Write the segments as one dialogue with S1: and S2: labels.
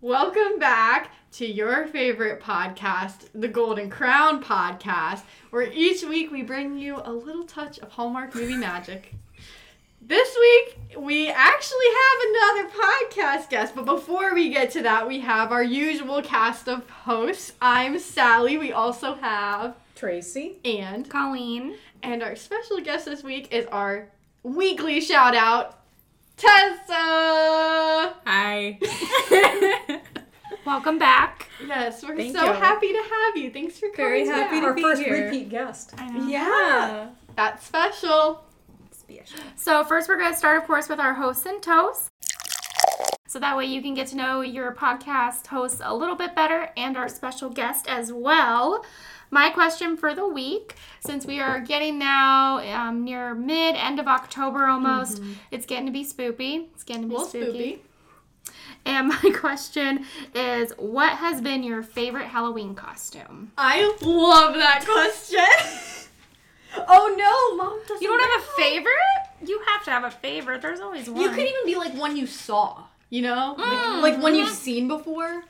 S1: Welcome back to your favorite podcast, the Golden Crown Podcast, where each week we bring you a little touch of Hallmark movie magic. This week we actually have another podcast guest, but before we get to that, we have our usual cast of hosts. I'm Sally. We also have
S2: Tracy.
S1: and
S3: Colleen.
S1: and our special guest this week is our weekly shout out, Tessa.
S2: Hi.
S3: Welcome back.
S1: Yes, we're
S2: Thank
S1: so
S2: you.
S1: happy to have you. Thanks for coming.
S4: Very happy
S1: back.
S4: to
S2: Our
S4: be
S2: first
S4: here.
S2: repeat guest.
S3: I know.
S4: Yeah.
S1: That's special.
S3: So first we're going to start of course with our hosts and toasts. So that way you can get to know your podcast hosts a little bit better and our special guest as well. My question for the week, since we are getting now um, near mid end of October almost,
S5: Mm-hmm.
S3: it's getting to be spoopy. It's getting to be
S1: Well,
S3: spooky.
S1: spooky.
S3: And my question is, what has been your favorite Halloween costume?
S1: I love that question. oh no, mom doesn't.
S5: You don't have a favorite? You have to have a favorite. There's always one.
S1: You could even be like one Mm, you saw. You know, like, like one you've seen before.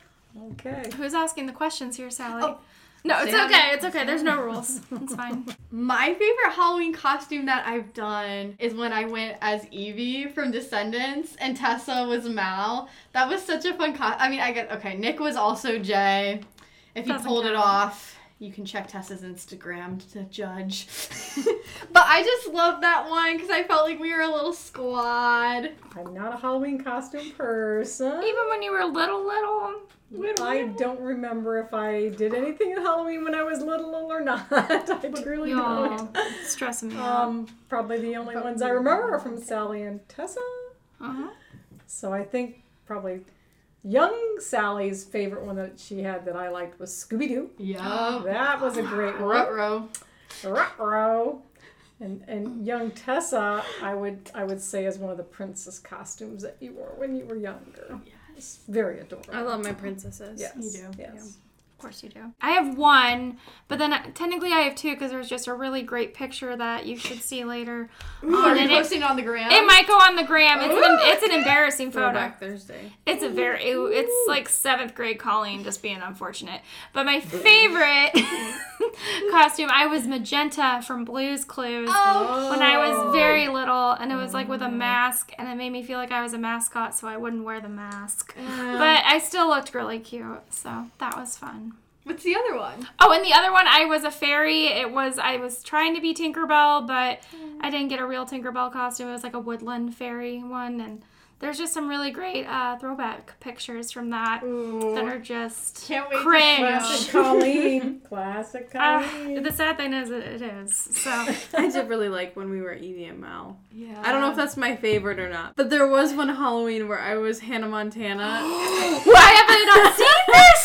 S2: Okay.
S3: Who's asking the questions here, Sally?
S1: Oh,
S3: no, it's
S1: Sarah.
S3: okay. It's okay. There's no rules. It's fine.
S1: My favorite Halloween costume that I've done is when I went as Evie from Descendants and Tessa was Mal. That was such a fun costume. I mean, I get okay. Nick was also Jay. If you
S3: Doesn't
S1: pulled it
S3: count.
S1: off, you can check Tessa's Instagram to judge. but I just love that one because I felt like we were a little squad.
S2: I'm not a Halloween costume person.
S3: Even when you were little, little.
S2: I don't remember if I did anything at Halloween when I was little or not. I truly
S3: Y'all,
S2: don't.
S3: it's stressing me out.
S2: Um, probably the only ones I remember are from Sally and Tessa.
S3: Uh-huh.
S2: So I think probably young Sally's favorite one that she had that I liked was Scooby Doo.
S3: Oh,
S4: Oh.
S1: Yup.
S2: That was a great one.
S1: Ruh-roh.
S2: Ruh-roh. And and young Tessa, I would I would say is one of the princess costumes that you wore when you were younger. Yes. Very adorable.
S4: I love my princesses.
S2: Yes.
S1: You do.
S2: Yes.
S3: Of course you do. I have one, but then I- technically I have two because there's just a really great picture that you should see later.
S1: Are
S3: on
S1: you
S3: Oh, it. It,
S1: posting on the gram?
S3: it might go on the gram. It's an, it's an embarrassing photo.
S4: Throwback Thursday.
S3: It's a very it- it's like seventh grade Colleen just being unfortunate. But my favorite costume, I was magenta from Blue's Clues.
S1: Oh,
S3: when I was very little, and it was like with a mask, and it made me feel like I was a mascot, so I wouldn't wear the mask. But I still looked really cute, so that was fun.
S1: what's the other one?
S3: Oh, and the other one, I was a fairy. It was I was trying to be Tinkerbell, but
S1: Mm.
S3: I didn't get a real Tinkerbell costume. It was like a woodland fairy one, and there's just some really great uh, throwback pictures from that that are just
S1: Can't wait to
S3: cringe.
S1: smile.
S2: Classic Colleen. Classic
S3: Ah,
S2: Colleen.
S3: the sad thing is, it, it is. So
S4: I did really like when we were E Edie and Mal.
S1: Yeah.
S4: I don't know if that's my favorite or not, but there was one Halloween where I was Hannah Montana,
S3: why have I not seen this?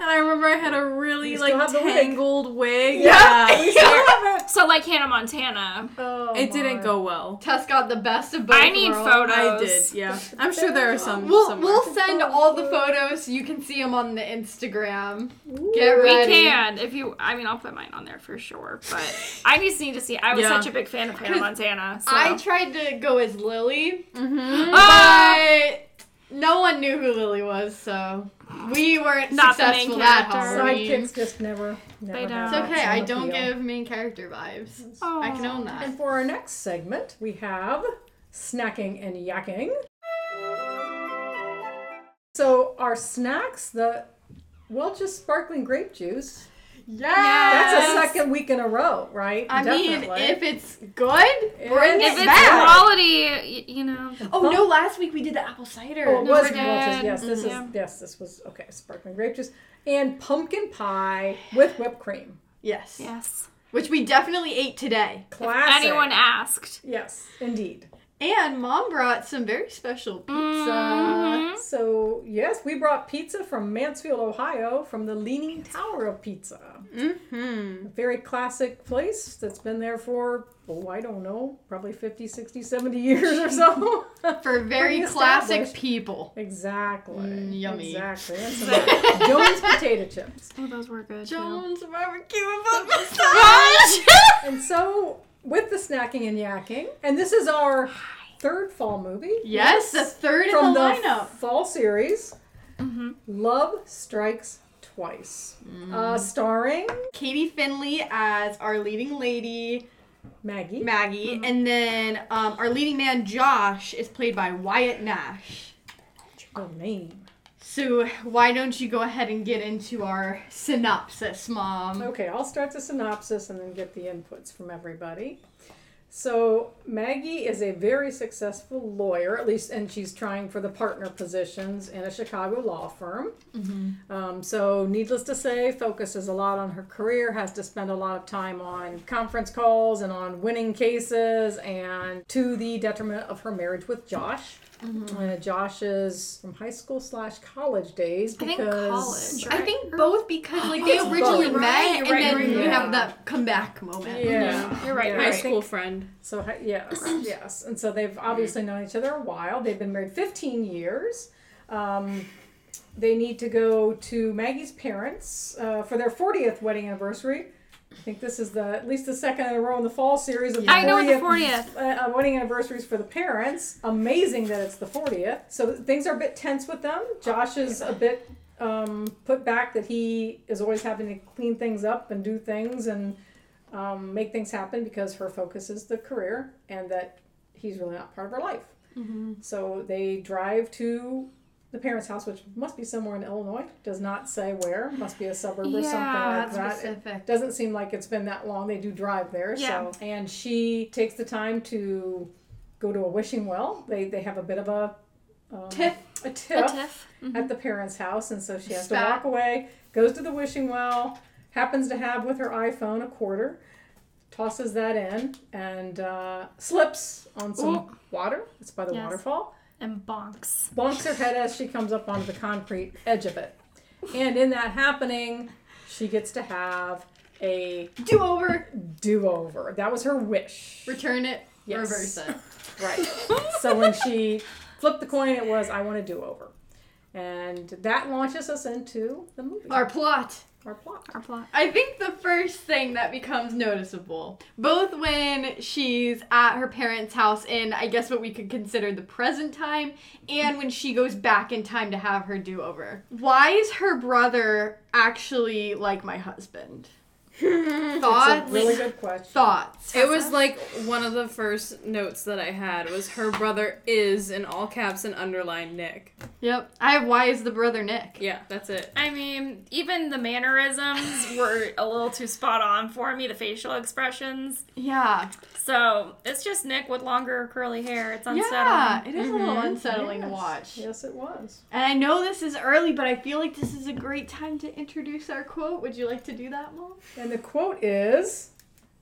S4: and I remember I had a really
S2: You still
S4: like
S2: have the wig.
S4: tangled wig.
S2: yeah. We still have it.
S3: So like Hannah Montana.
S2: Oh,
S4: it didn't
S2: my.
S4: go well.
S1: Tess got the best of both
S3: I need
S1: worlds.
S3: photos.
S4: I did, yeah. I'm sure there are some.
S1: We'll
S4: somewhere.
S1: we'll send all the photos. You can see them on the Instagram.
S2: Ooh.
S1: Get
S3: We
S1: ready.
S3: can if you. I mean, I'll put mine on there for sure. But I just need to see. I was
S4: Yeah.
S3: such a big fan of Hannah Montana. So.
S1: I tried to go as Lily,
S3: Ah!
S1: but no one knew who Lily was, so we weren't
S3: Not the main
S1: successful that
S3: character.
S1: Halloween.
S2: Sidekicks
S1: It's
S2: just never. never
S3: They don't.
S2: have
S1: okay.
S2: some
S1: I don't
S2: appeal.
S1: give main character vibes. I can own that.
S2: And for our next segment, we have snacking and yakking. So our snacks, the Welch's sparkling grape juice.
S1: Yeah.
S2: That's a second week in a row, right?
S1: I mean, if it's good, bring
S2: If
S1: it
S3: If it's
S1: back.
S3: quality, y- you know.
S1: Oh no! Last week we did the apple cider.
S2: oh, it was
S3: Number
S2: Welch's.
S3: ten.
S2: Yes, this
S3: Yeah.
S1: Mm-hmm.
S2: is yes, this was okay. Sparkling grape juice and pumpkin pie with whipped cream.
S1: Yes.
S3: Yes.
S1: Which we definitely ate today.
S2: Classic.
S3: Anyone asked?
S2: Yes, indeed.
S1: And mom brought some very special pizza. Mm-hmm.
S3: Mhm.
S2: So, yes, we brought pizza from Mansfield, Ohio, from the Leaning Tower of Pizza.
S4: Mm-hmm.
S2: A very classic place that's been there for, oh, I don't know, probably 50, 60, 70 years or so.
S1: for very
S2: Pretty
S1: classic
S2: established.
S1: people.
S2: exactly.
S1: Mm, yummy.
S2: Exactly. And some Jones potato chips.
S3: Oh, those were good.
S1: Jones barbecue
S2: And so, with the snacking and yakking, and this is our third fall movie
S1: Yes, the third
S2: from
S1: in the,
S2: the
S1: lineup. Mm-hmm.
S2: fall series. Love Strikes Twice,
S1: Mm.
S2: uh, starring
S1: Katie Finley as our leading lady,
S2: Maggie.
S1: Maggie,
S2: Mm-hmm.
S1: and then um, our leading man, Josh, is played by Wyatt Nash.
S2: Good name.
S1: So, why don't you go ahead and get into our synopsis, Mom?
S2: Okay, I'll start the synopsis and then get the inputs from everybody. So, Maggie is a very successful lawyer, at least, and she's trying for the partner positions in a Chicago law firm.
S3: Mm-hmm.
S2: Um, so, needless to say, focuses a lot on her career, has to spend a lot of time on conference calls and on winning cases, and to the detriment of her marriage with Josh.
S3: Mm-hmm.
S2: Uh, Josh is from high school slash college days
S3: I think
S2: because
S3: college.
S1: I
S3: right?
S1: think both because like they
S2: it's
S1: originally
S2: both.
S1: met
S3: Right,
S1: and
S3: right,
S1: then
S2: right,
S1: you
S2: yeah.
S1: have that comeback moment.
S2: Yeah,
S3: You're right,
S2: yeah.
S3: you're
S4: High
S3: right.
S4: school friend.
S2: So hi- yes, yes, and so they've obviously known each other a while. They've been married 15 years. Um, they need to go to Maggie's parents uh, for their 40th wedding anniversary. I think this is the at least the second in a row in the fall series of the
S3: I know what the
S2: 40th
S3: 40th.
S2: uh, uh, wedding anniversaries for the parents. Amazing that it's the 40th. So things are a bit tense with them. Josh is a bit um, put back that he is always having to clean things up and do things and um, make things happen because her focus is the career and that he's really not part of her life. So they drive to the parents' house, which must be somewhere in Illinois. Does not say where. Must be a suburb or something
S3: Yeah,
S2: like
S1: That's
S2: that.
S1: specific.
S2: Doesn't seem like it's been that long. They do drive there,
S3: Yeah.
S2: so and she takes the time to go to a wishing well. They they have a bit of a um,
S1: Tiff.
S2: a tiff,
S3: Tiff. mm-hmm.
S2: at the parents' house, and so she has to
S1: Spat.
S2: walk away. Goes to the wishing well, happens to have with her iPhone a quarter, tosses that in, and uh, slips on some water. It's by the
S3: Yes.
S2: waterfall
S3: and bonks.
S2: bonks her head as she comes up onto the concrete edge of it. And in that happening, she gets to have a
S1: Do over,
S2: do over. That was her wish.
S1: return it,
S2: Yes.
S1: reverse it.
S2: Right. so when she flipped the coin, it was, I want a do over. And that launches us into the movie,
S1: Our plot.
S2: our plot.
S3: Our plot.
S1: I think the first thing that becomes noticeable, both when she's at her parents' house in, I guess, what we could consider the present time, and when she goes back in time to have her do over. Why is her brother actually like my husband?
S2: It's
S1: Thoughts?
S2: a really good question.
S1: Thoughts.
S4: It was like one of the first notes that I had was her brother is in all caps and underlined Nick.
S1: Yep. I have why is the brother Nick?
S4: Yeah, that's it.
S5: I mean, even the mannerisms were a little too spot on for me, the facial expressions.
S1: Yeah.
S5: So it's just Nick with longer curly hair. It's unsettling.
S1: Yeah. It is a little unsettling to
S2: Mm-hmm. Yes.
S1: watch.
S2: Yes, it was.
S1: And I know this is early, but I feel like this is a great time to introduce our quote. Would you like to do that, Mom?
S2: And the quote is,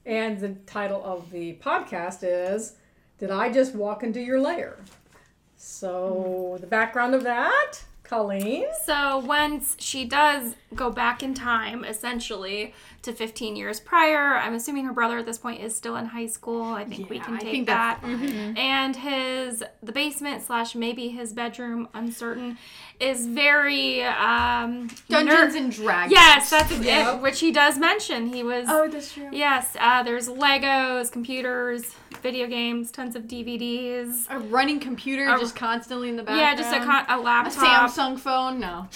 S2: and the title of the podcast is, Did I Just Walk Into Your Lair? So,
S1: Hmm.
S2: the background of that, Colleen.
S3: So once she does go back in time, essentially to 15 years prior, I'm assuming her brother at this point is still in high school. I think we
S1: Yeah,
S3: can
S1: I
S3: take
S1: think
S3: that.
S1: that's Mm-hmm.
S3: And his the basement slash maybe his bedroom, uncertain, is very um
S1: Dungeons
S3: ner-
S1: and Dragons.
S3: Yes, that's it,
S2: Yeah.
S3: which he does mention. He was
S1: Oh, that's true.
S3: yes. Uh, there's Legos, computers, video games, tons of DVDs.
S1: A running computer
S3: A-
S1: just constantly in the
S3: Yeah,
S1: background.
S3: just a, con- a
S1: a
S3: laptop.
S1: Samsung Hmm. phone. No.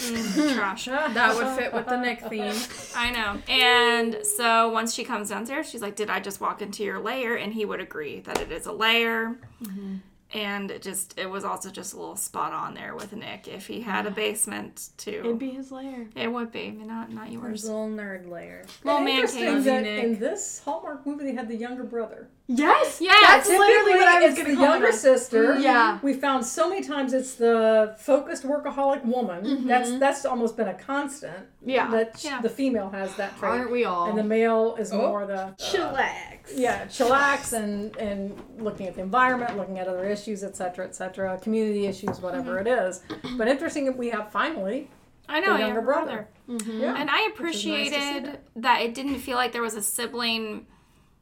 S3: trash.
S4: That would fit with the Nick theme.
S3: I know. And so once she comes downstairs, she's like, "Did I just walk into your lair?" And he would agree that it is a lair.
S2: Mm-hmm.
S3: And it just it was also just a little spot on there with Nick. If he had a basement too,
S1: It'd be his lair.
S3: It would be not not yours.
S4: little nerd layer.
S3: Little
S2: And
S3: man
S2: interesting
S3: cave.
S2: that
S4: Nick.
S2: in this Hallmark movie they had the younger brother.
S1: Yes.
S3: Yes.
S1: That's literally what I was gonna
S2: Typically, it's the
S1: call Mm-hmm.
S2: younger sister.
S1: Yeah.
S2: We found so many times it's the focused workaholic woman. That's that's almost been a constant.
S1: Mm-hmm. Yeah.
S2: That sh-
S3: Yeah.
S2: the female has that trait.
S1: Aren't we all?
S2: and the male is more the
S1: chillax.
S2: yeah chillax and and looking at the environment looking at other issues etc etc community issues whatever it is but interesting that we have finally
S3: I
S2: the
S3: know,
S2: younger
S3: younger
S2: brother,
S3: brother.
S2: yeah
S3: And
S2: Which is nice to
S3: I
S2: see
S3: appreciated that it didn't feel like there was a sibling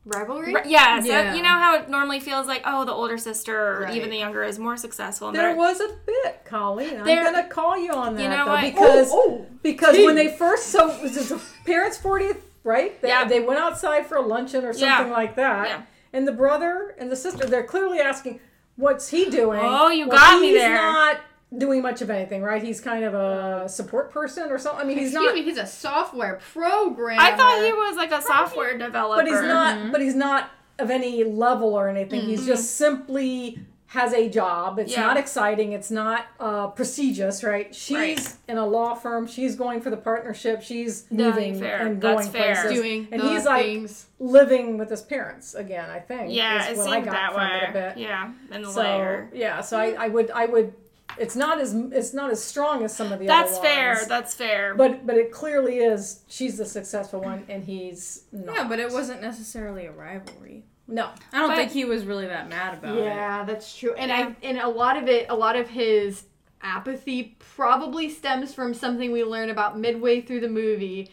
S1: Rivalry.
S3: Right, Yeah, so
S4: Yeah.
S3: you know how it normally feels like, oh, the older sister or
S1: Right.
S3: even the younger is more successful. and
S2: there
S3: they're-
S2: was a bit colleen i'm
S3: There-
S2: gonna call you on that
S3: You know
S2: though,
S3: what?
S2: because
S1: Oh,
S2: because when they first so it was the parents 40th right they,
S3: Yeah.
S2: they went outside for a luncheon or
S3: Yeah.
S2: something like that
S3: Yeah.
S2: and the brother and the sister they're clearly asking what's he doing
S3: Oh, you
S2: Well,
S3: got me
S2: he's
S3: there.
S2: not doing much of anything, right? He's kind of a support person or something. I mean, he's
S1: Excuse
S2: not,
S1: me, he's a software programmer.
S3: I thought he was like a software developer.
S2: but he's
S3: Mm-hmm.
S2: not, but he's not of any level or anything. He's just simply has a job. It's
S3: Yeah.
S2: not exciting. It's not uh, prestigious, right? She's
S3: Right.
S2: in a law firm. She's going for the partnership. She's
S3: No,
S2: moving
S3: fair.
S2: and going
S3: That's fair.
S2: places.
S1: doing
S2: and
S1: the
S2: he's like
S1: things.
S2: living with his parents again. I think.
S3: Yeah,
S2: is
S3: it
S2: what I
S3: seemed
S2: got
S3: that
S2: from it a
S3: way.
S2: bit.
S3: Yeah, in the
S2: So
S3: layer.
S2: yeah, so I, I would I would it's not as it's not as strong as some of the
S3: That's
S2: other
S3: fair.
S2: ones.
S3: That's fair.
S2: But but it clearly is she's the successful one and he's not.
S4: Yeah, but it wasn't necessarily a rivalry.
S2: no.
S4: I don't
S3: But-
S4: think he was really that mad about it.
S1: Yeah, that's true. And I and a lot of it, a lot of his apathy probably stems from something we learn about midway through the movie.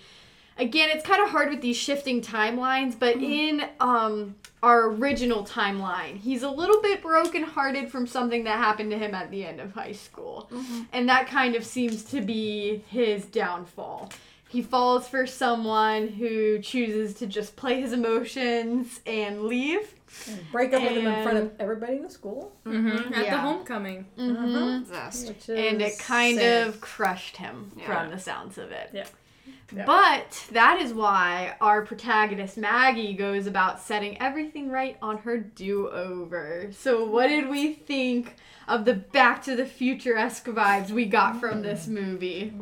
S1: Again, it's kind of hard with these shifting timelines, but
S4: Mm-hmm.
S1: in um our original timeline, he's a little bit brokenhearted from something that happened to him at the end of high school.
S4: Mm-hmm.
S1: And that kind of seems to be his downfall. He falls for someone who chooses to just play his emotions and leave.
S2: Break up with him in front of
S1: And-
S2: everybody in the school.
S4: Mm-hmm. At the
S1: Yeah.
S4: homecoming.
S1: Mhm.
S2: Which is
S1: and it kind
S2: sad.
S1: of crushed him from the sounds of it.
S4: Yeah.
S2: Yeah.
S1: But that is why our protagonist Maggie goes about setting everything right on her do over. So, what did we think of the Back to the Future esque vibes we got from this movie?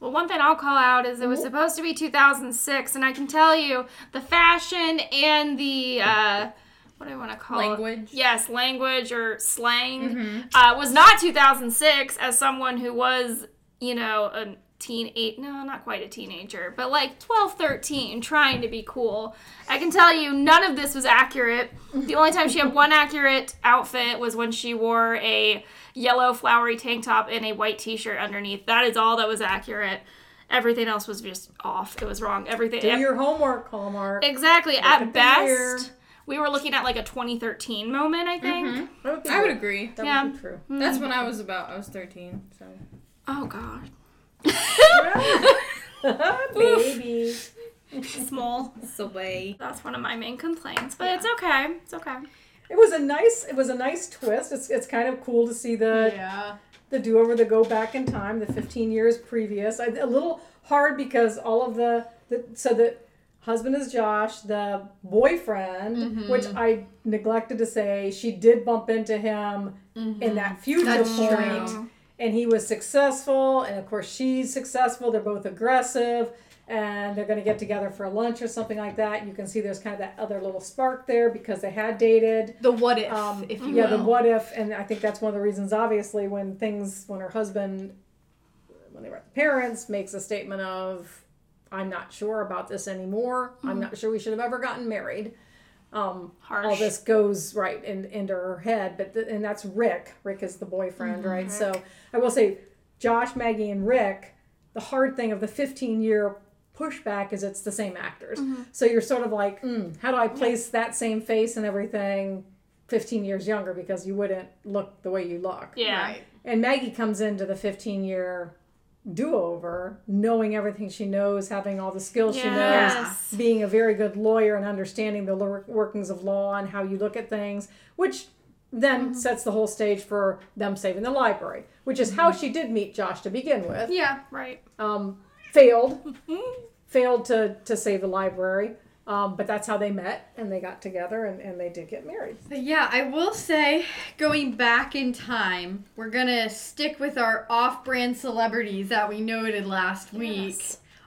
S3: Well, one thing I'll call out is it
S2: Mm-hmm.
S3: was supposed to be 2006, and I can tell you the fashion and the uh, what do I want to
S1: Oh,
S3: call
S4: Language.
S3: It? Yes, language or slang
S2: Mm-hmm.
S3: uh, was not 2006. As someone who was, you know, a teen eight, no, not quite a teenager, but like 12, 13, trying to be cool. I can tell you none of this was accurate. The only time she had one accurate outfit was when she wore a yellow flowery tank top and a white t-shirt underneath. That is all that was accurate. Everything else was just off. It was wrong. Everything
S2: do your homework, Hallmark.
S3: exactly.
S2: at the
S3: At
S2: year.
S3: best, we were looking at like a 2013 moment, I think.
S2: That would be
S4: I would
S2: good.
S4: agree.
S2: That
S3: yeah.
S2: would be true.
S4: That's when
S1: Mm.
S4: I was about. I was 13, so.
S3: Oh god.
S2: Baby.
S3: Small.
S4: So way.
S3: That's one of my main complaints, but it's okay. It's okay.
S2: It was a nice it was a nice twist. It's it's kind of cool to see the
S1: Yeah.
S2: the do over, the go back in time, the 15 years previous. I, a little hard because all of the, the so the husband is Josh, the boyfriend,
S1: Mm-hmm.
S2: which I neglected to say, she did bump into him in that future
S1: Mm-hmm. That's
S2: point,
S1: true.
S2: and he was successful, and of course she's successful. They're both aggressive. And they're going to get together for lunch or something like that. You can see there's kind of that other little spark there because they had dated
S1: The what if,
S2: um,
S1: if you
S2: yeah,
S1: will.
S2: the what if, and I think that's one of the reasons. Obviously, when things, when her husband, when they were at the parents, makes a statement of, "I'm not sure about this anymore.
S1: Mm-hmm.
S2: I'm not sure we should have ever gotten married." Um,
S3: Harsh.
S2: all this goes right in, into her head, but th- and that's Rick. Rick is the boyfriend,
S3: Mm-hmm.
S2: right? So I will say, Josh, Maggie, and Rick. The hard thing of the 15 year pushback is it's the same actors,
S3: Mm-hmm.
S2: so you're sort of like, mm, how do I place that same face and everything 15 years younger because you wouldn't look the way you look.
S3: Yeah.
S1: Right.
S2: And Maggie comes into the 15 year do over knowing everything she knows, having all the skills
S3: Yes.
S2: she knows, being a very good lawyer and understanding the lor- workings of law and how you look at things, which then
S1: Mm-hmm.
S2: sets the whole stage for them saving the library, which is
S1: Mm-hmm.
S2: how she did meet Josh to begin with
S1: Yeah.
S3: Right.
S2: um, failed, failed to, to save the library. Um, but that's how they met and they got together and, and they did get married.
S1: But yeah, I will say, going back in time, we're gonna stick with our off-brand celebrities that we noted last week.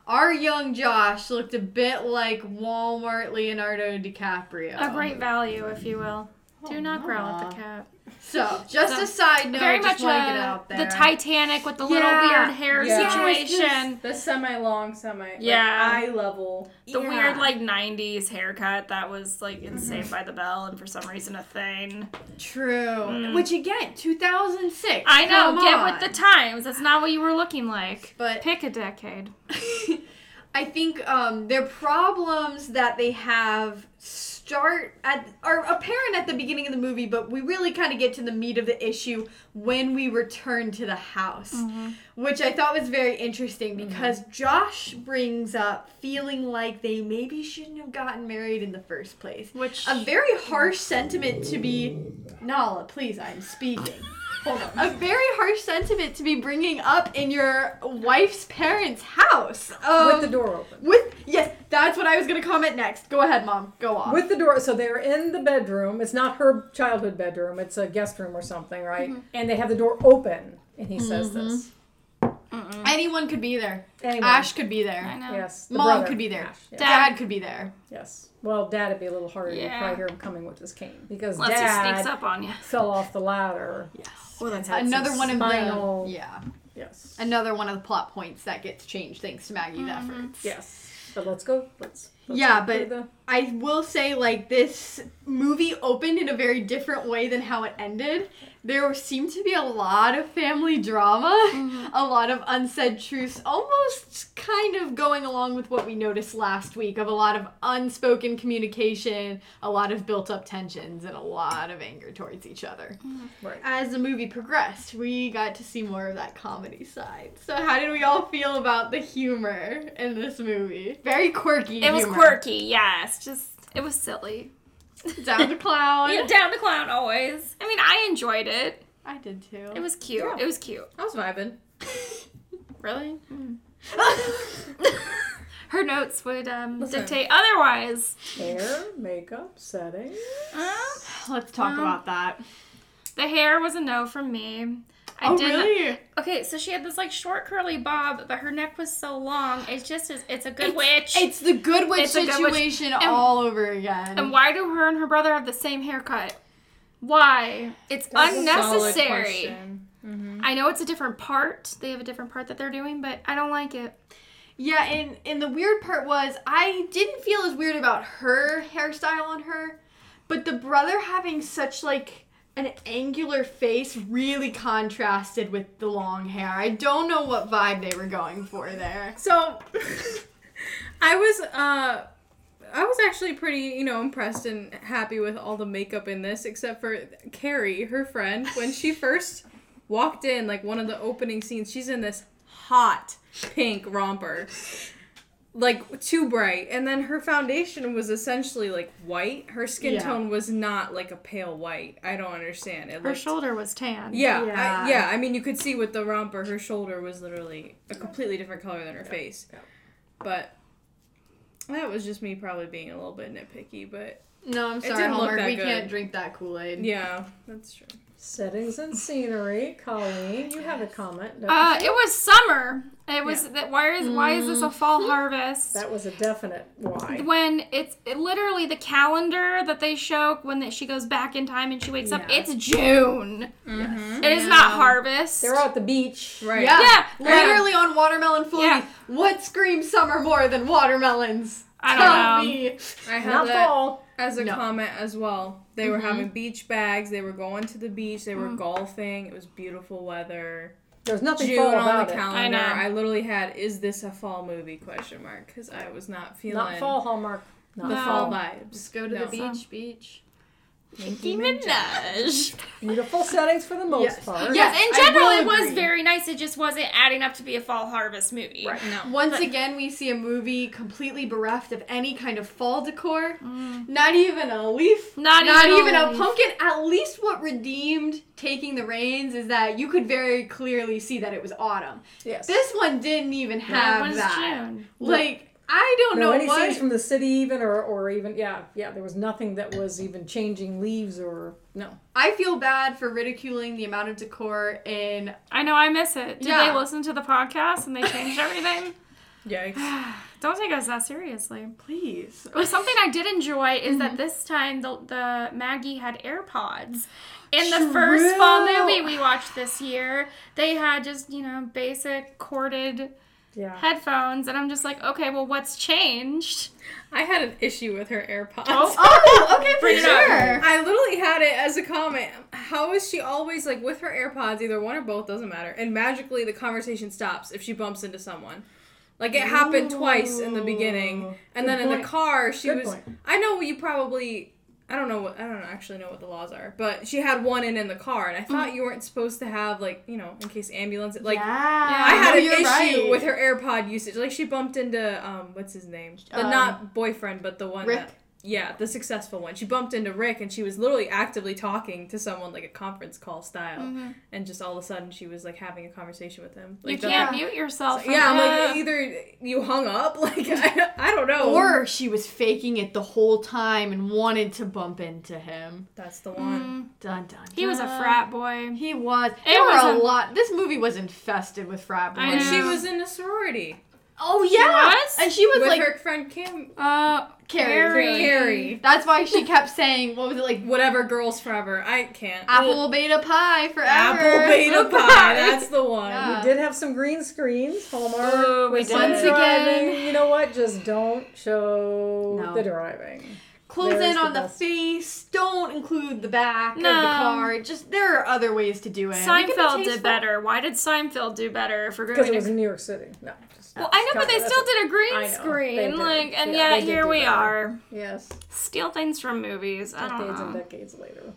S1: Our young Josh looked a bit like Walmart Leonardo DiCaprio.
S3: A great value, if you will.
S1: Oh,
S3: Do not growl at the cat.
S1: So, just a side note,
S3: Very
S1: just
S3: much
S1: wanna
S3: uh,
S1: get out there.
S3: the Titanic with the
S1: Yeah.
S3: little weird hair
S4: Yeah.
S3: situation.
S4: The semi long, semi.
S3: Yeah.
S4: Like, eye level.
S3: The
S1: Yeah. Mm-hmm.
S3: weird like '90s haircut that was like in Saved by the Bell, and for some reason a thing.
S1: True. Which again, 2006.
S3: I know.
S1: come
S3: Get
S1: on.
S3: with the times. That's not what you were looking like.
S1: But-
S3: pick a decade.
S1: I think um, their problems that they have start at are apparent at the beginning of the movie, but we really kind of get to the meat of the issue when we return to the house, which I thought was very interesting because Josh brings up feeling like they maybe shouldn't have gotten married in the first place.
S3: Which
S1: A very harsh sentiment to be. Nala, please, I'm speaking.
S2: Hold on.
S1: a very harsh sentiment to be bringing up in your wife's parents' house. Um,
S2: With the door open.
S1: With yes, that's what I was gonna comment next. Go ahead, mom. Go on.
S2: With the door, so they're in the bedroom. It's not her childhood bedroom. It's a guest room or something, right?
S1: Mm-hmm.
S2: And they have the door open, and he says this.
S1: anyone could be there.
S2: Anyone.
S1: Ash could be there.
S3: I know.
S2: Yes. the
S1: Mom
S2: brother.
S1: could be there.
S2: Ash, yes.
S1: Dad. could be there.
S2: yes. Well, Dad'd be a little harder. You'd
S3: Yeah.
S2: probably hear him coming with his cane because
S3: Unless he
S2: Dad
S3: sneaks up on you.
S2: fell off the ladder.
S1: Yes.
S2: Well, that's
S1: Another one of
S2: spinal.
S1: the yeah.
S2: Yes.
S1: Another one of the plot points that gets changed thanks to Maggie's efforts.
S2: yes. But let's go. Let's. let's
S1: Yeah,
S2: go through
S1: but-
S2: the-
S1: I will say, like, this movie opened in a very different way than how it ended. There seemed to be a lot of family drama,
S3: Mm-hmm.
S1: a lot of unsaid truths, almost kind of going along with what we noticed last week of a lot of unspoken communication, a lot of built up tensions, and a lot of anger towards each other.
S3: Mm-hmm.
S2: Right.
S1: As the movie progressed, we got to see more of that comedy side. So, how did we all feel about the humor in this movie? Very quirky.
S3: It was
S1: humor.
S3: quirky, yes. Just it was silly.
S1: Down the clown.
S3: Yeah, down the clown always. I mean, I enjoyed it.
S1: I did too.
S3: It was cute.
S4: Yeah.
S3: It was cute.
S4: I was vibing.
S3: Really? Her notes would um,
S4: Listen.
S3: dictate otherwise.
S2: hair, makeup, setting.
S3: Uh,
S1: Let's talk
S3: Um,
S1: about that.
S3: the hair was a no from me. I
S1: oh
S3: did
S1: really?
S3: Okay, so she had this like short curly bob, but her neck was so long. It's just is it's a good witch.
S1: It's the Good Witch
S3: It's a Good Witch.
S1: situation
S3: And-
S1: all over again.
S3: and why do her and her brother have the same haircut? Why? It's
S4: That's a solid
S3: unnecessary.
S4: question.
S3: I know it's a different part. They have a different part that they're doing, but I don't like it.
S1: yeah, and and the weird part was I didn't feel as weird about her hairstyle on her, but the brother having such like an angular face really contrasted with the long hair. I don't know what vibe they were going for there.
S4: So, I was uh, I was actually pretty you know impressed and happy with all the makeup in this, except for Carrie, her friend, when she first walked in, like one of the opening scenes, she's in this hot pink romper. Like too bright, and then her foundation was essentially like white. Her skin
S1: Yeah.
S4: tone was not like a pale white. I don't understand. It
S3: Her
S4: looked
S3: shoulder was tan.
S4: Yeah,
S1: Yeah.
S4: I, yeah. I mean, you could see with the romper, her shoulder was literally a completely different color than her face.
S2: yeah.
S4: But that was just me probably being a little bit nitpicky. But
S1: No, I'm sorry,
S4: didn't look
S1: Hallmark.
S4: that
S1: We
S4: good.
S1: can't drink that Kool Aid.
S4: yeah, that's true.
S2: Settings and scenery. Colleen, you have a comment. don't
S3: Uh,
S2: you?
S3: it was summer. It was that. Why is why is
S1: Mm.
S3: this a fall harvest?
S2: that was a definite why.
S3: when it's it, literally the calendar that they show when that she goes back in time and she wakes up,
S2: Yeah.
S3: it's June. It is not harvest.
S2: They're at the beach.
S4: Right.
S1: Yeah,
S3: Yeah,
S1: literally on watermelon floaty.
S3: Yeah.
S1: What screams summer more than watermelons?
S3: I
S1: Tell
S3: don't know.
S1: me.
S4: I had
S2: Not
S4: that
S2: fall.
S4: as a
S1: No.
S4: comment as well. They were having beach bags. They were going to the beach. They were golfing. It was beautiful weather.
S2: There's nothing
S4: June
S2: fall
S4: on
S2: about
S4: the
S2: it.
S4: calendar.
S3: I
S4: I,
S3: know.
S4: literally had, "Is this a fall movie?" Question mark because I was not feeling
S2: Not fall hallmark. Not
S4: the
S3: No.
S4: fall vibes.
S1: Just go to
S4: No.
S1: the beach, beach.
S3: Nicki Minaj.
S2: Beautiful settings for the most
S1: Yes.
S2: part.
S1: Yeah.
S3: Yes, in
S1: I
S3: general,
S1: will
S3: it was
S1: agree.
S3: very nice. It just wasn't adding up to be a fall harvest movie.
S4: Right. No.
S1: Once again, we see a movie completely bereft of any kind of fall decor. Not even a leaf.
S3: Not even a
S1: even a
S3: leaf.
S1: pumpkin. At least what redeemed taking the reins is that you could very clearly see that it was autumn.
S2: Yes.
S1: This one didn't even
S3: That
S1: have
S3: was
S1: that.
S3: June.
S1: Like I don't
S2: no,
S1: know
S2: any
S1: what.
S2: scenes from the city even or, or even yeah, yeah, there was nothing that was even changing leaves or no.
S1: I feel bad for ridiculing the amount of decor in
S3: I know I miss it. Did
S1: Yeah.
S3: they listen to the podcast and they changed everything?
S4: Yikes.
S3: don't take us that seriously.
S1: Please.
S3: But something I did enjoy is
S2: Mm-hmm.
S3: that this time the, the Maggie had AirPods. In the first fall
S1: True.
S3: movie we watched this year, they had just, you know, basic corded
S2: Yeah.
S3: headphones. And I'm just like, okay, well, what's changed?
S4: I had an issue with her AirPods.
S1: Oh, okay, for
S3: Bring it up.
S1: sure.
S4: I literally had it as a comment. How is she always like with her AirPods, either one or both, doesn't matter, and magically the conversation stops if she bumps into someone. Like it happened twice in the beginning, and then in the
S2: point.
S4: car she
S2: Good
S4: was.
S2: point.
S4: I know you probably. I don't know what I don't actually know what the laws are, but she had one in in the car, and I thought
S2: Mm.
S4: you weren't supposed to have like you know in case ambulance like. I
S1: I
S4: had an issue with her AirPod usage. Like she bumped into um, what's his name? But
S1: Um,
S4: not boyfriend, but the one
S1: Rick.
S4: that yeah, the successful one. She bumped into Rick and she was literally actively talking to someone like a conference call style,
S1: Mm-hmm.
S4: and just all of a sudden she was like having a conversation with him. Like,
S5: you
S4: that-
S5: can't mute yourself. from
S4: yeah, I'm
S5: that.
S4: like either you hung up, like I, I don't know,
S1: Or she was faking it the whole time and wanted to bump into him.
S4: that's the one.
S1: Mm, Dun dun.
S5: Mm, he was a
S1: dun.
S5: frat boy.
S1: He was. It
S5: was
S1: was
S5: a-
S1: a lot. This movie was infested with frat boys.
S5: I
S4: And she
S5: Yeah.
S4: was in a sorority
S1: Oh yeah,
S5: was?
S1: and she was
S4: with
S1: like
S4: her friend Kim
S5: Uh,
S1: Carrie.
S5: Carrie.
S4: Carrie.
S1: That's why she kept saying, "What was it like?
S4: Whatever, girls forever. I can't.
S1: Apple beta pie forever."
S4: Apple beta pie. That's the one.
S1: Yeah.
S2: We did have some green screens, Hallmark.
S5: Oh, we
S2: was
S5: did.
S1: Once again.
S2: driving. You know what? Just don't show
S1: No.
S2: the driving.
S1: Close
S2: There's
S1: in on
S2: the
S1: the,
S2: best.
S1: face. Don't include the back
S5: No.
S1: of the car. Just there are other ways to do it. We can be
S5: Seinfeld did
S1: tasteful.
S5: better. Why did Seinfeld do better? If we're
S2: Because
S5: going
S2: it was
S5: to.
S2: in New York City. No. just-
S5: Well, I know, but they
S2: That's
S5: still did a
S2: I know,
S5: green
S2: they
S5: screen,
S2: did.
S5: like, and
S2: Yeah,
S5: yet
S2: they did
S5: here
S2: do
S5: we
S2: better.
S5: are.
S2: Yes.
S5: Steal things from movies. I don't
S2: Decades
S5: know.
S2: and decades later.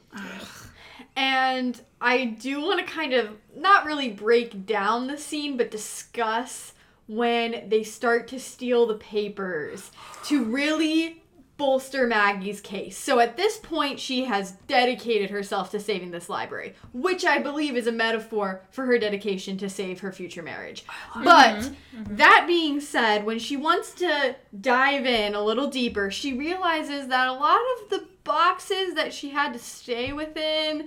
S1: And I do want to kind of not really break down the scene, but discuss when they start to steal the papers to really bolster Maggie's case. So at this point, she has dedicated herself to saving this library, which I believe is a metaphor for her dedication to save her future marriage. But that being said, when she wants to dive in a little deeper, she realizes that a lot of the boxes that she had to stay within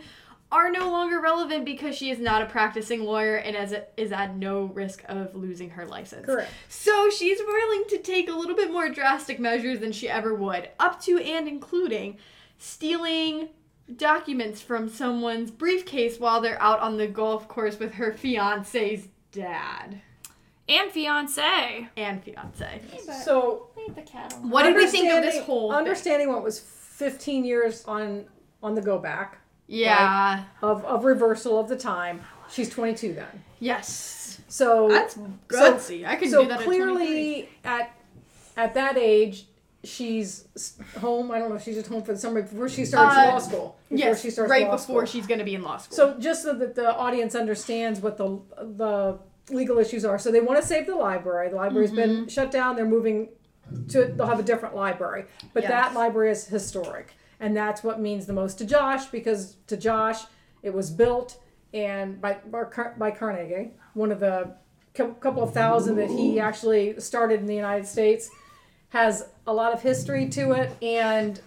S1: are no longer relevant because she is not a practicing lawyer and as is at no risk of losing her license.
S2: Correct.
S1: So she's willing to take a little bit more drastic measures than she ever would, up to and including stealing documents from someone's briefcase while they're out on the golf course with her fiance's dad
S5: And fiance.
S1: and fiance.
S2: So
S5: the cattle.
S1: What did we think of this
S2: understanding-
S1: whole thing?
S2: Understanding what was 15 years on on the go back
S1: Yeah.
S2: of, of reversal of the time. She's 22 then.
S1: Yes.
S2: So
S1: That's gutsy. I can
S2: so
S1: do that. At
S2: clearly at at that age she's s- home i don't know if she's just home for the summer before she starts
S1: Uh,
S2: law school before
S1: yes,
S2: she starts
S1: right
S2: law
S1: before
S2: school.
S1: she's going to be in law school.
S2: so just so that the audience understands what the the legal issues are so they want to save the library the library's been shut down they're moving to they'll have a different library but that
S1: Yes.
S2: library is historic and that's what means the most to josh because to josh it was built and by by Car- by carnegie one of the cou- couple of thousand that he actually started in the united states has a lot of history to it and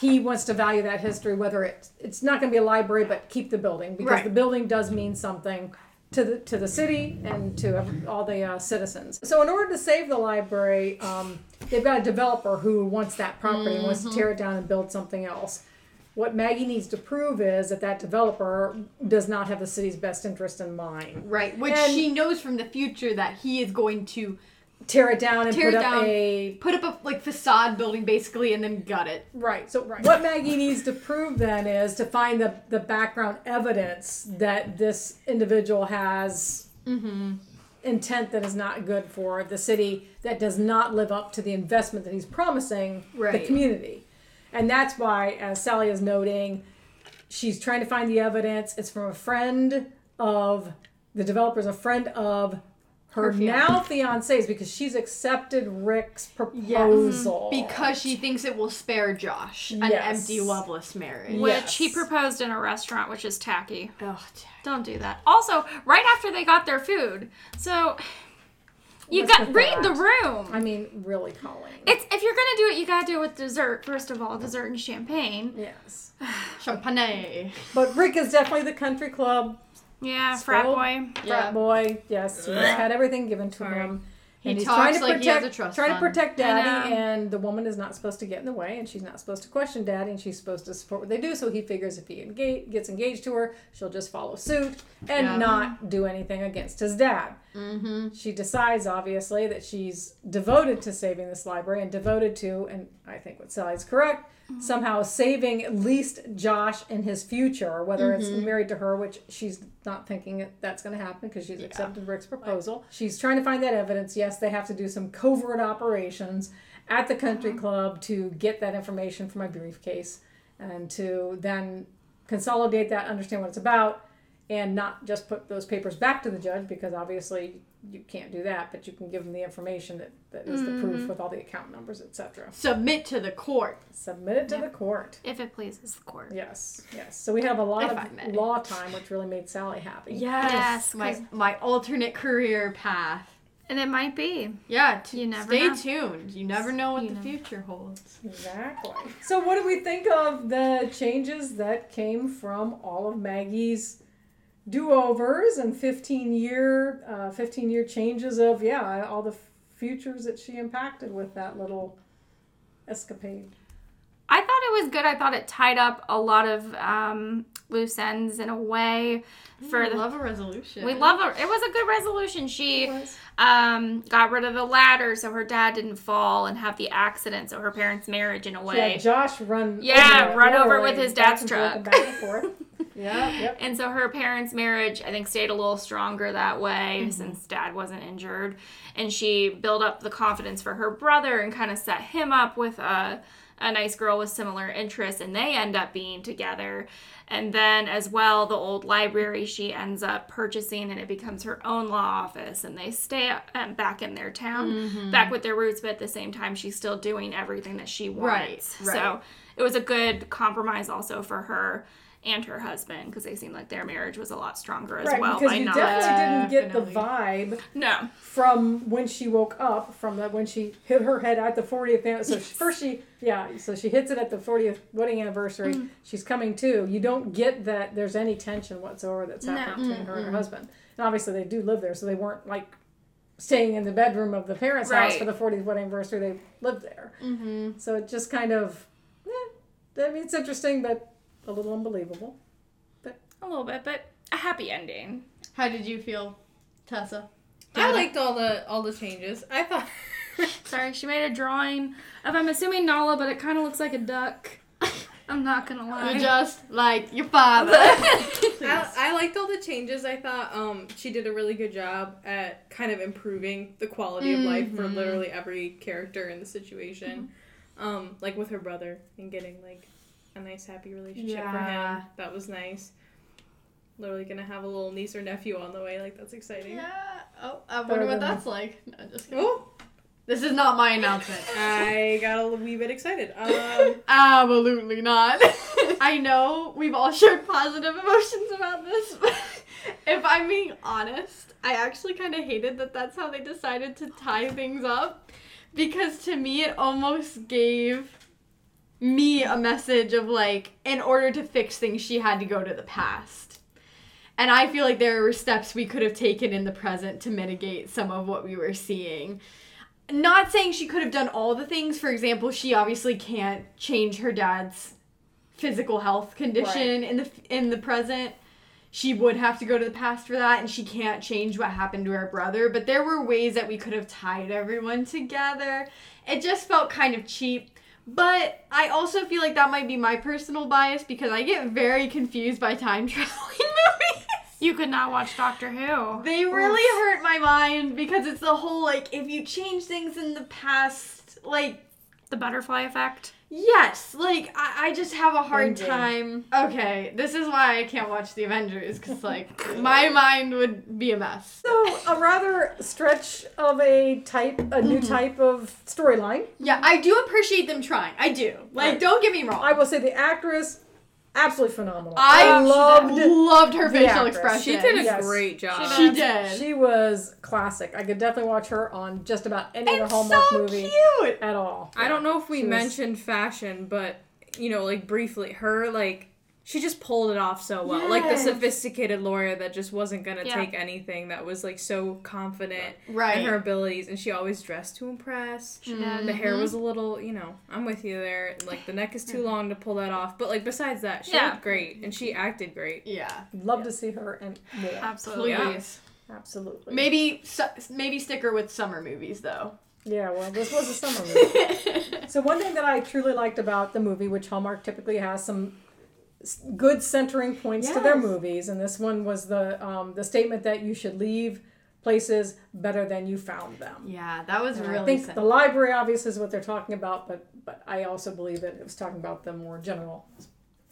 S2: he wants to value that history whether it it's not going to be a library but keep the building because
S1: Right.
S2: the building does mean something to the to the city and to ev- all the uh, citizens so in order to save the library um, they've got a developer who wants that property and wants to tear it down and build something else what maggie needs to prove is that that developer does not have the city's best interest in mind
S1: right, which
S2: and-
S1: she knows from the future that he is going to
S2: tear it down and
S1: Tear
S2: put
S1: it
S2: up
S1: down.
S2: a
S1: put up a like facade building basically and then gut it.
S2: Right. So what Maggie needs to prove then is to find the, the background evidence that this individual has Mm-hmm. intent that is not good for the city that does not live up to the investment that he's promising
S1: Right.
S2: the community. And that's why, as Sally is noting, she's trying to find the evidence. It's from a friend of the developer's a friend of her, now fiance's because she's accepted Rick's proposal.
S1: Because she thinks it will spare Josh an
S2: Yes.
S1: empty, loveless marriage.
S2: Yeah.
S5: Which
S2: Yes.
S5: he proposed in a restaurant, which is tacky.
S1: Oh, damn.
S5: Don't do that. Also, right after they got their food, so you
S2: What's
S5: got
S2: with
S5: read
S2: that?
S5: the room.
S2: I mean, really, Colleen.
S5: It's if you're gonna do it, you gotta do it with dessert first of all, dessert and champagne.
S2: yes.
S1: Champagne.
S2: But Rick is definitely the country club
S5: Yeah,
S2: Spoiled.
S5: frat boy.
S1: Yeah.
S2: frat boy. Yes, he's had everything given to him.
S1: He
S2: and he's
S1: talks
S2: trying to
S1: like
S2: protect,
S1: he has a trust
S2: trying
S1: fund.
S2: to protect
S5: I
S2: Daddy,
S5: know.
S2: and the woman is not supposed to get in the way, and she's not supposed to question Daddy, and she's supposed to support what they do. So he figures if he engage, gets engaged to her, she'll just follow suit and
S1: Yeah.
S2: not do anything against his dad. Mm-hmm. She decides, obviously, that she's devoted to saving this library and devoted to, and I think what Sally's correct, somehow saving at least Josh in his future, whether it's married to her, which she's not thinking that that's going to happen because she's accepted Rick's proposal. She's trying to find that evidence. Yes, they have to do some covert operations at the country club to get that information from my briefcase and to then consolidate that, understand what it's about, and not just put those papers back to the judge because obviously you can't do that, but you can give them the information that, that is the
S1: Mm-hmm.
S2: proof with all the account numbers, etc.
S1: Submit to the court.
S2: Submit it to the court.
S3: if it pleases the court.
S2: Yes, yes. So we have a lot
S1: If I may.
S2: of law time, which really made Sally happy.
S3: Yes,
S1: my
S3: 'cause-
S1: my alternate career path.
S3: And it might be.
S1: Yeah, t-
S3: You never
S1: stay
S3: know.
S1: tuned. You never know what
S3: You
S1: the
S3: never-
S1: future holds.
S2: Exactly. So, what do we think of the changes that came from all of Maggie's do-overs and fifteen-year, uh, fifteen-year changes of yeah, all the futures that she impacted with that little escapade?
S3: I thought it was good. I thought it tied up a lot of um, loose ends in a way. For
S1: I
S3: the,
S1: love a resolution.
S3: we love her. It was a good resolution. She um, got rid of the ladder so her dad didn't fall and have the accident. So her parents' marriage in a
S2: She had
S3: way.
S2: Josh run.
S3: Yeah,
S2: over,
S3: run over
S2: literally,
S3: with his
S2: back
S3: dad's
S2: and forth and
S3: truck.
S2: Back and forth. yeah. Yep.
S3: And so her parents' marriage, I think, stayed a little stronger that way
S1: Mm-hmm.
S3: since dad wasn't injured. And she built up the confidence for her brother and kind of set him up with a, a nice girl with similar interests. And they end up being together. And then, as well, the old library she ends up purchasing and it becomes her own law office. And they stay um, back in their town,
S1: Mm-hmm.
S3: back with their roots, but at the same time, she's still doing everything that she wants.
S1: Right, right.
S3: So it was a good compromise also for her and her husband because they seemed like their marriage was a lot stronger as
S2: Right,
S3: well
S2: because
S3: by
S2: you
S3: not.
S2: definitely didn't get the vibe
S3: No.
S2: from when she woke up from the, when she hit her head at the 40th an- so she, first she yeah so she hits it at the 40th wedding anniversary she's coming to you don't get that there's any tension whatsoever that's happening between her and her husband and obviously they do live there so they weren't like staying in the bedroom of the parents house
S3: Right.
S2: for the 40th wedding anniversary they lived there mm-hmm. so it just kind of yeah, i mean it's interesting but a little unbelievable
S3: A little bit, but a happy ending.
S1: How did you feel, Tessa?
S4: I liked all the all the changes. I thought
S3: Sorry, she made a drawing of I'm assuming Nala, but it kind of looks like a duck. I'm not gonna
S1: You're
S3: lie.
S1: just like your father.
S4: I, I liked all the changes. I thought um, she did a really good job at kind of improving the quality of life for literally every character in the situation. Um, like with her brother and getting like a nice happy relationship for
S1: Yeah.
S4: him. That was nice. Literally gonna have a little niece or nephew on the way. Like that's exciting.
S1: yeah. Oh, I wonder
S2: Better
S1: what
S2: than-
S1: that's like. No, just kidding.
S4: Oh,
S1: This is not my announcement.
S4: I got a wee bit excited. Um,
S1: Absolutely not. I know we've all shared positive emotions about this, but if I'm being honest, I actually kind of hated that that's how they decided to tie things up because to me it almost gave me a message of like, in order to fix things, she had to go to the past. And I feel like there were steps we could have taken in the present to mitigate some of what we were seeing not saying she could have done all the things. For example, she obviously can't change her dad's physical health condition in the in the present. She would have to go to the past for that, and she can't change what happened to her brother. But there were ways that we could have tied everyone together. It just felt kind of cheap. But I also feel like that might be my personal bias because I get very confused by time traveling movies.
S3: You could not watch Doctor Who.
S1: They really hurt my mind because it's the whole like if you change things in the past, like
S3: The butterfly effect.
S1: yes, like I, I just have a hard
S2: Endgame.
S1: time. Okay, this is why I can't watch the Avengers because like my mind would be a mess.
S2: So a rather stretch of a type, a new type of storyline.
S1: Yeah, I do appreciate them trying. I do. Like,
S2: Right.
S1: don't get me wrong.
S2: I
S1: I,
S2: will say the actress, absolutely phenomenal.
S1: loved loved her facial
S2: actress.
S1: expression.
S4: she did a
S2: Yes.
S4: great job.
S1: She did.
S2: She was classic. I could definitely watch her on just about any other
S1: and
S2: Hallmark
S1: so
S2: movie
S1: cute.
S2: at all.
S4: I don't know if we
S2: She was-
S4: mentioned fashion, but you know, like briefly, her like she just pulled it off so well. Like the
S1: Yes.
S4: sophisticated lawyer that just wasn't gonna
S3: Yeah.
S4: take anything that was like so confident
S1: Right.
S4: in her abilities, and she always dressed to impress.
S3: did.
S4: The hair was a little, you know, I'm with you there. Like the neck is too long to pull that off, but like besides that, she
S3: Yeah.
S4: looked great and she acted great.
S1: Yeah.
S2: Love to see her and more.
S3: Absolutely.
S1: Please.
S4: yeah.
S2: Absolutely.
S1: Maybe su- maybe stick her with summer movies though.
S2: Yeah, well, this was a summer movie. so one thing that I truly liked about the movie, which Hallmark typically has some s- good centering points to their
S1: Yes.
S2: movies, and this one was the um, the statement that you should leave places better than you found them.
S1: Yeah, that was
S2: And
S1: really.
S2: I think
S1: sen-
S2: the library obviously is what they're talking about, but but I also believe that it was talking about the more general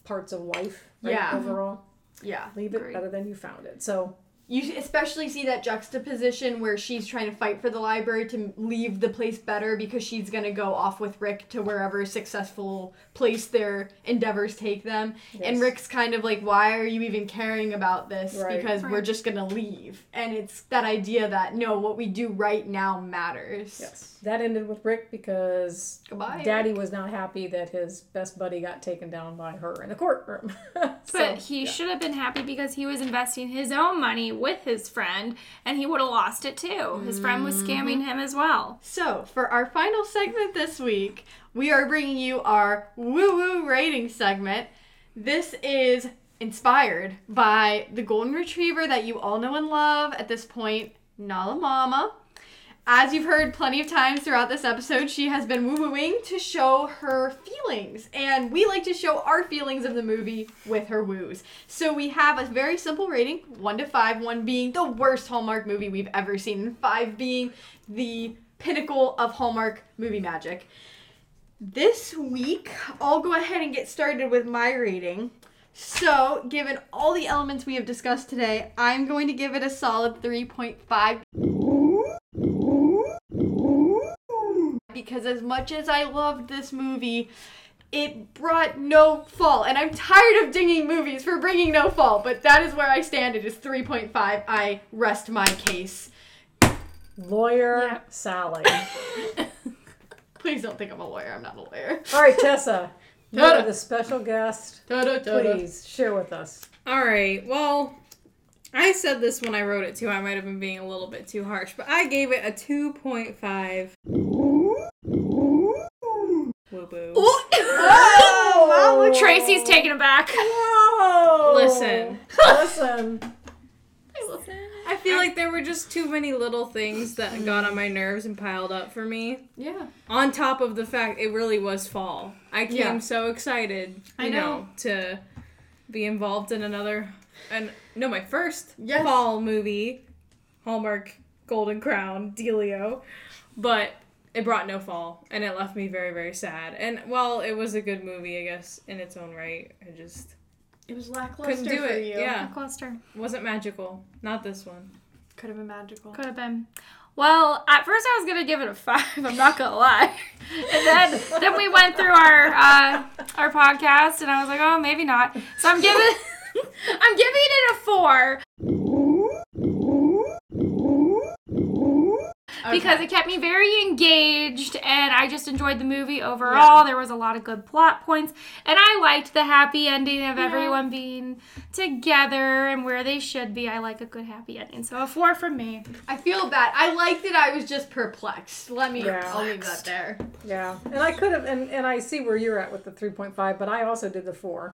S2: parts of life, right,
S1: Yeah.
S2: overall.
S1: Yeah.
S2: Leave it
S3: Agreed.
S2: better than you found it. So
S1: You especially see that juxtaposition where she's trying to fight for the library to leave the place better because she's going to go off with Rick to wherever successful place their endeavors take them.
S2: Yes.
S1: And Rick's kind of like, why are you even caring about this?
S2: Right.
S1: Because we're
S3: Right.
S1: just going to leave. And it's that idea that no, what we do right now matters.
S2: yes, that ended with Rick because
S1: Goodbye.
S2: Daddy was not happy that his best buddy got taken down by her in the courtroom. So,
S5: But he should have been happy because he was investing his own money with his friend and he would have lost it too. His friend was scamming
S2: Mm-hmm.
S5: him as well.
S1: So, for our final segment this week, we are bringing you our woo woo rating segment. This is inspired by the golden retriever that you all know and love at this point, Nala Mama. As you've heard plenty of times throughout this episode, she has been woo wooing to show her feelings. And we like to show our feelings of the movie with her woos. So we have a very simple rating one to five, one being the worst Hallmark movie we've ever seen, and five being the pinnacle of Hallmark movie magic. This week, I'll go ahead and get started with my rating. So, given all the elements we have discussed today, I'm going to give it a solid 3.5 because as much as I loved this movie, it brought no fall, and I'm tired of dinging movies for bringing no fall. But that is where I stand. It is 3.5. I rest my case.
S2: lawyer Sally.
S1: Please don't think I'm a lawyer. I'm not a lawyer.
S2: All right, Tessa, you
S1: Tada.
S2: are the special guest. Please share with us.
S4: All right. Well, I said this when I wrote it too. I might have been being a little bit too harsh, but I gave it a 2.5. Woo boo.
S2: Oh,
S5: Tracy's taken aback.
S2: Whoa!
S4: Listen.
S2: Listen.
S4: I feel like there were just too many little things that got on my nerves and piled up for me.
S1: Yeah.
S4: On top of the fact it really was fall. I came
S1: Yeah.
S4: so excited, you
S1: I know.
S4: to be involved in another and no, my first
S1: Yes.
S4: fall movie, Hallmark Golden Crown, Delio. But it brought no fall and it left me very, very sad. And while it was a good movie, I guess, in its own right, I just
S1: It was lackluster
S4: couldn't do
S1: for
S4: it.
S1: you.
S4: Yeah.
S5: Cluster.
S4: Wasn't magical. Not this one.
S1: Could have been magical.
S5: Could have been. Well, at first I was gonna give it a five. I'm not gonna lie. And then then we went through our uh, our podcast, and I was like, oh, maybe not. So I'm giving I'm giving it a four because it kept me very engaged, and I just enjoyed the movie overall. There was a lot of good plot points, and I liked the happy ending of everyone being together and where they should be. I like a good happy ending, so a four from me.
S1: I feel bad. I liked it. I was just perplexed. Let me.
S2: Yeah.
S1: I'll leave that there.
S2: Yeah, and I could have, and, and I see where you're at with the 3.5, but I also did the 4.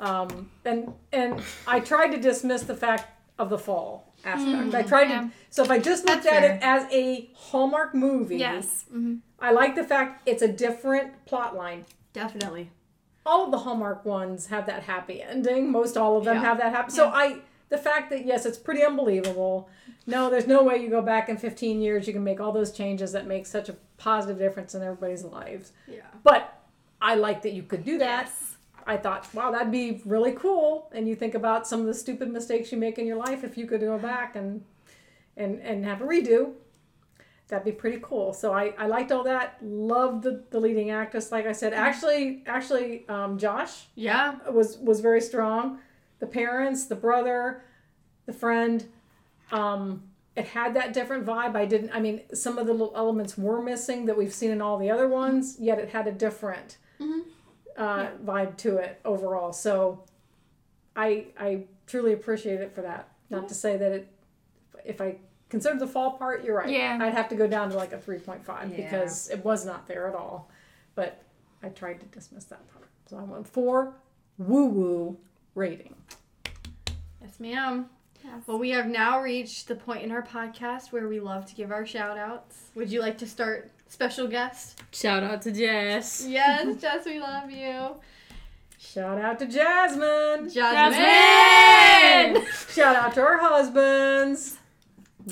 S2: Um, and and I tried to dismiss the fact of the fall aspect. I tried
S5: Mm, yeah.
S2: to, so if I just looked at it as a Hallmark movie,
S5: Yes.
S2: I like the fact it's a different plot line.
S1: Definitely.
S2: All of the Hallmark ones have that happy ending. Most all of them
S1: Yeah.
S2: have that happy. So I, the fact that yes, it's pretty unbelievable. No, there's no way you go back in 15 years you can make all those changes that make such a positive difference in everybody's lives.
S1: Yeah.
S2: But I like that you could do that. I thought, wow, that'd be really cool. And you think about some of the stupid mistakes you make in your life if you could go back and and and have a redo. That'd be pretty cool. So I, I liked all that. Loved the, the leading actress, like I said. Actually, actually, um, Josh
S1: Yeah.
S2: was was very strong. The parents, the brother, the friend. Um, it had that different vibe. I didn't. I mean, some of the little elements were missing that we've seen in all the other ones. Yet it had a different uh, vibe to it overall. So, I I truly appreciate it for that. Not to say that it, if I consider the fall part, you're right.
S5: Yeah.
S2: I'd have to go down to like a three point five because it was not there at all. But I tried to dismiss that part. So I went four woo woo rating.
S1: Yes, ma'am. Well, we have now reached the point in our podcast where we love to give our shout outs. Would you like to start, special guest?
S4: Shout out to Jess.
S1: Yes, Jess, we love you.
S2: Shout out to Jasmine.
S1: Jasmine!
S2: Shout out to our husbands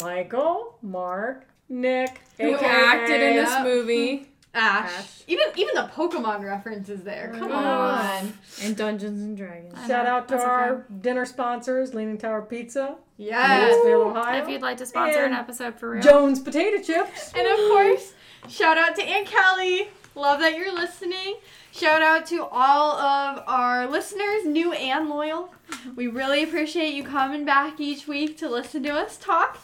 S2: Michael, Mark, Nick,
S4: Who
S2: aka
S4: acted in this
S1: Yep.
S4: movie?
S1: Ash.
S2: Ash.
S1: Even even the Pokemon reference is there. Come on.
S4: And Dungeons and Dragons.
S2: Shout
S5: know,
S2: out to
S5: that's
S2: our dinner sponsors, Leaning Tower Pizza,
S1: Yes.
S2: Mansfield,
S5: If
S2: Ohio,
S5: you'd like to sponsor an
S2: And-
S5: episode for real.
S2: Jones Potato Chips.
S1: And of course, shout out to Aunt Callie. Love that you're listening. Shout out to all of our listeners, new and loyal. We really appreciate you coming back each week to listen to us talk.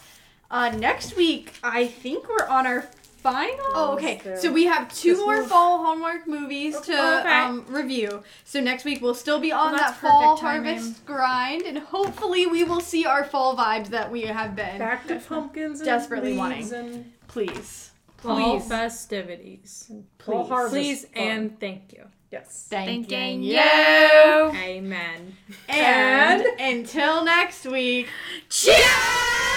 S1: Uh, next week, I think we're on our final. Oh, okay.
S2: there.
S1: So we have two
S2: This
S1: more
S2: move.
S1: fall Hallmark movies to
S5: Okay.
S1: um, review. So next week we'll still be
S5: Well,
S1: on that
S5: that's
S1: fall
S5: perfect timing.
S1: harvest grind, and hopefully we will see our fall vibes that we have been.
S2: Back to pumpkins and
S1: Desperately
S2: leaves
S1: wanting.
S2: and
S1: Please,
S4: Fall
S1: Please.
S4: festivities.
S2: fall
S1: Please.
S2: harvest.
S4: Please
S2: fun.
S4: and thank you.
S2: yes.
S1: thank,
S5: Thanking
S1: you.
S5: you.
S4: Amen.
S1: And until next week, cheers!